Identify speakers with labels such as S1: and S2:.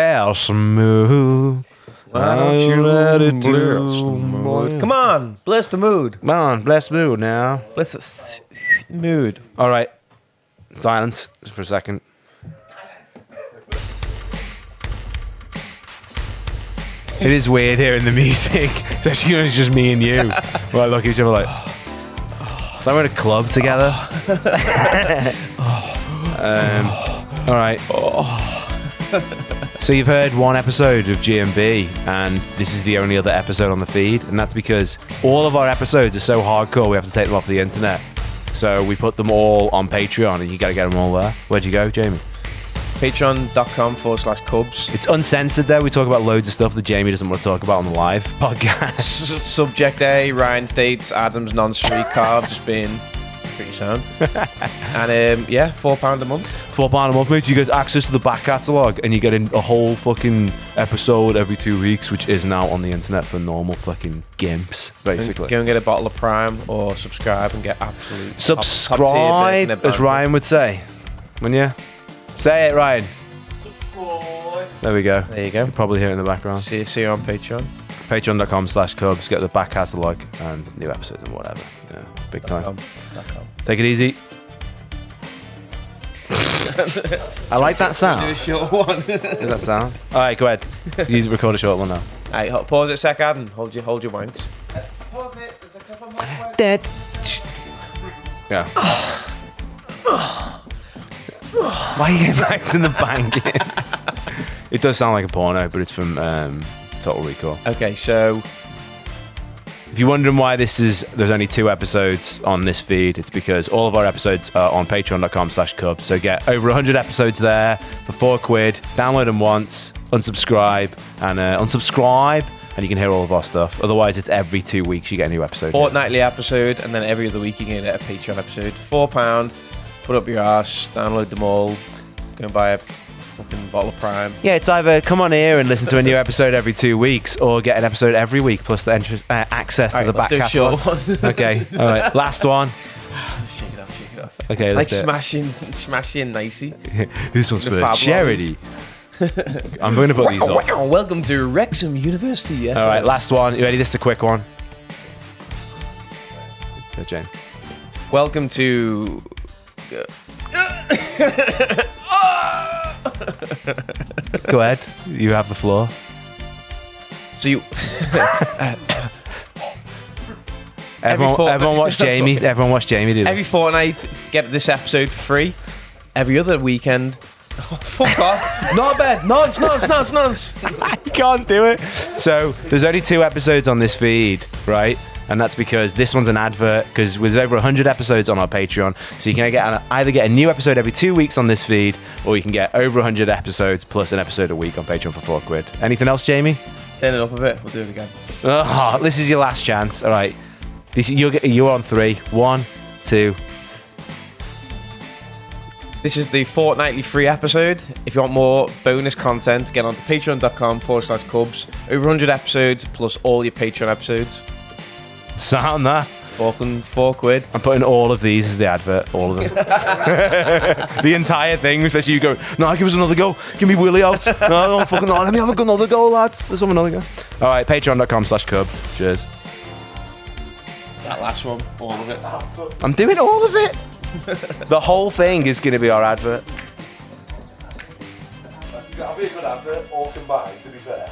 S1: Blossom, mood. Why don't you let it
S2: Bless the
S1: do?
S2: Come on, bless the mood.
S1: Come on, bless mood now.
S2: Bless the s- mood.
S1: All right. Silence for a second. It is weird hearing the music, especially when it's just me and you. Well, I look at each other like, so we're in a club together. um, all right. so you've heard one episode of GMB, and this is the only other episode on the feed, and that's because all of our episodes are so hardcore we have to take them off the internet. So we put them all on Patreon, and you got to get them all there. Where'd you go, Jamie?
S2: Patreon.com forward slash Cubs.
S1: It's uncensored there. We talk about loads of stuff that Jamie doesn't want to talk about on the live podcast.
S2: S- subject A, Ryan's dates, Adam's non-street carb, just being pretty sound. and um, yeah, four pound a month.
S1: For Barnum Up Mate, you get access to the back catalogue and you get in a whole fucking episode every two weeks, which is now on the internet for normal fucking gimps, basically.
S2: Go and get a bottle of Prime or subscribe and get absolute top- top tier
S1: Subscribe,
S2: bit in
S1: as
S2: advance.
S1: Ryan would say. Wouldn't you? Say it, Ryan. Subscribe. There we go.
S2: There you go.
S1: You'll probably hear it in the background.
S2: See, see you on Patreon.
S1: Patreon.com slash Cubs. Get the back catalogue and new episodes and whatever. You know, big time.
S2: Um,
S1: Take it easy. I like that sound.
S2: do a short one.
S1: Does that sound? All right, go ahead. You record a short one now.
S2: Hey, ho- pause it a sec, Adam. Hold your hold your wanks.
S1: Dead. Yeah. Why are you getting back to the banging? it does sound like a porno, but it's from um, Total Recall.
S2: Okay, so
S1: If you're wondering why this is, there's only two episodes on this feed. It's because all of our episodes are on Patreon.com/slash/Cubs. So get over 100 episodes there for four quid. Download them once, unsubscribe, and uh, unsubscribe, and you can hear all of our stuff. Otherwise, it's every two weeks you get a new episode.
S2: fortnightly episode, and then every other week you get a Patreon episode. Four pound. Put up your ass. Download them all. Go and buy a fucking bottle of Prime.
S1: Yeah, it's either come on here and listen to a new episode every two weeks, or get an episode every week plus the entr- uh, access to
S2: All right,
S1: the back
S2: let's do a
S1: catalog.
S2: short one.
S1: okay, all right, last one.
S2: shake it off, shake it off.
S1: Okay,
S2: like
S1: let's do it.
S2: smashing, smashing nicey.
S1: This one's
S2: the
S1: for
S2: Fab
S1: charity. I'm going to put these
S2: Wow,
S1: on.
S2: wow, welcome to Wrexham University. Yeah.
S1: All right, last one. You ready? This is a quick one. Go, Jane.
S2: Welcome to.
S1: Go ahead. You have the floor.
S2: So you.
S1: Everyone,
S2: thought-
S1: everyone watch Jamie. Everyone watch Jamie do
S2: Every
S1: this.
S2: fortnight, get this episode for free. Every other weekend. Oh, fuck off. Not bad. Nonce, nonce, nonce, nonce.
S1: you can't do it. So there's only two episodes on this feed, right? And that's because this one's an advert. Because there's over 100 episodes on our Patreon, so you can get an, either get a new episode every two weeks on this feed, or you can get over 100 episodes plus an episode a week on Patreon for four quid. Anything else, Jamie?
S2: Turn it up a bit. We'll do it again.
S1: Oh, this is your last chance. All right. This, you're, you're on three. One, two.
S2: This is the fortnightly free episode. If you want more bonus content, get on to patreon.com forward slash cubs. Over 100 episodes plus all your Patreon episodes.
S1: Sound that.
S2: Fucking four quid.
S1: I'm putting all of these as the advert. All of them. the entire thing, especially you go, no, give us another go. Give me Willie out. No, no, fucking no. Let me have another go, lads. Let's have another go. All right, patreon.com slash cub. Cheers.
S2: That last one, all of it.
S1: I'm doing all of it. the whole thing is going to be our advert.
S3: That'd be a good advert, all combined, to be fair.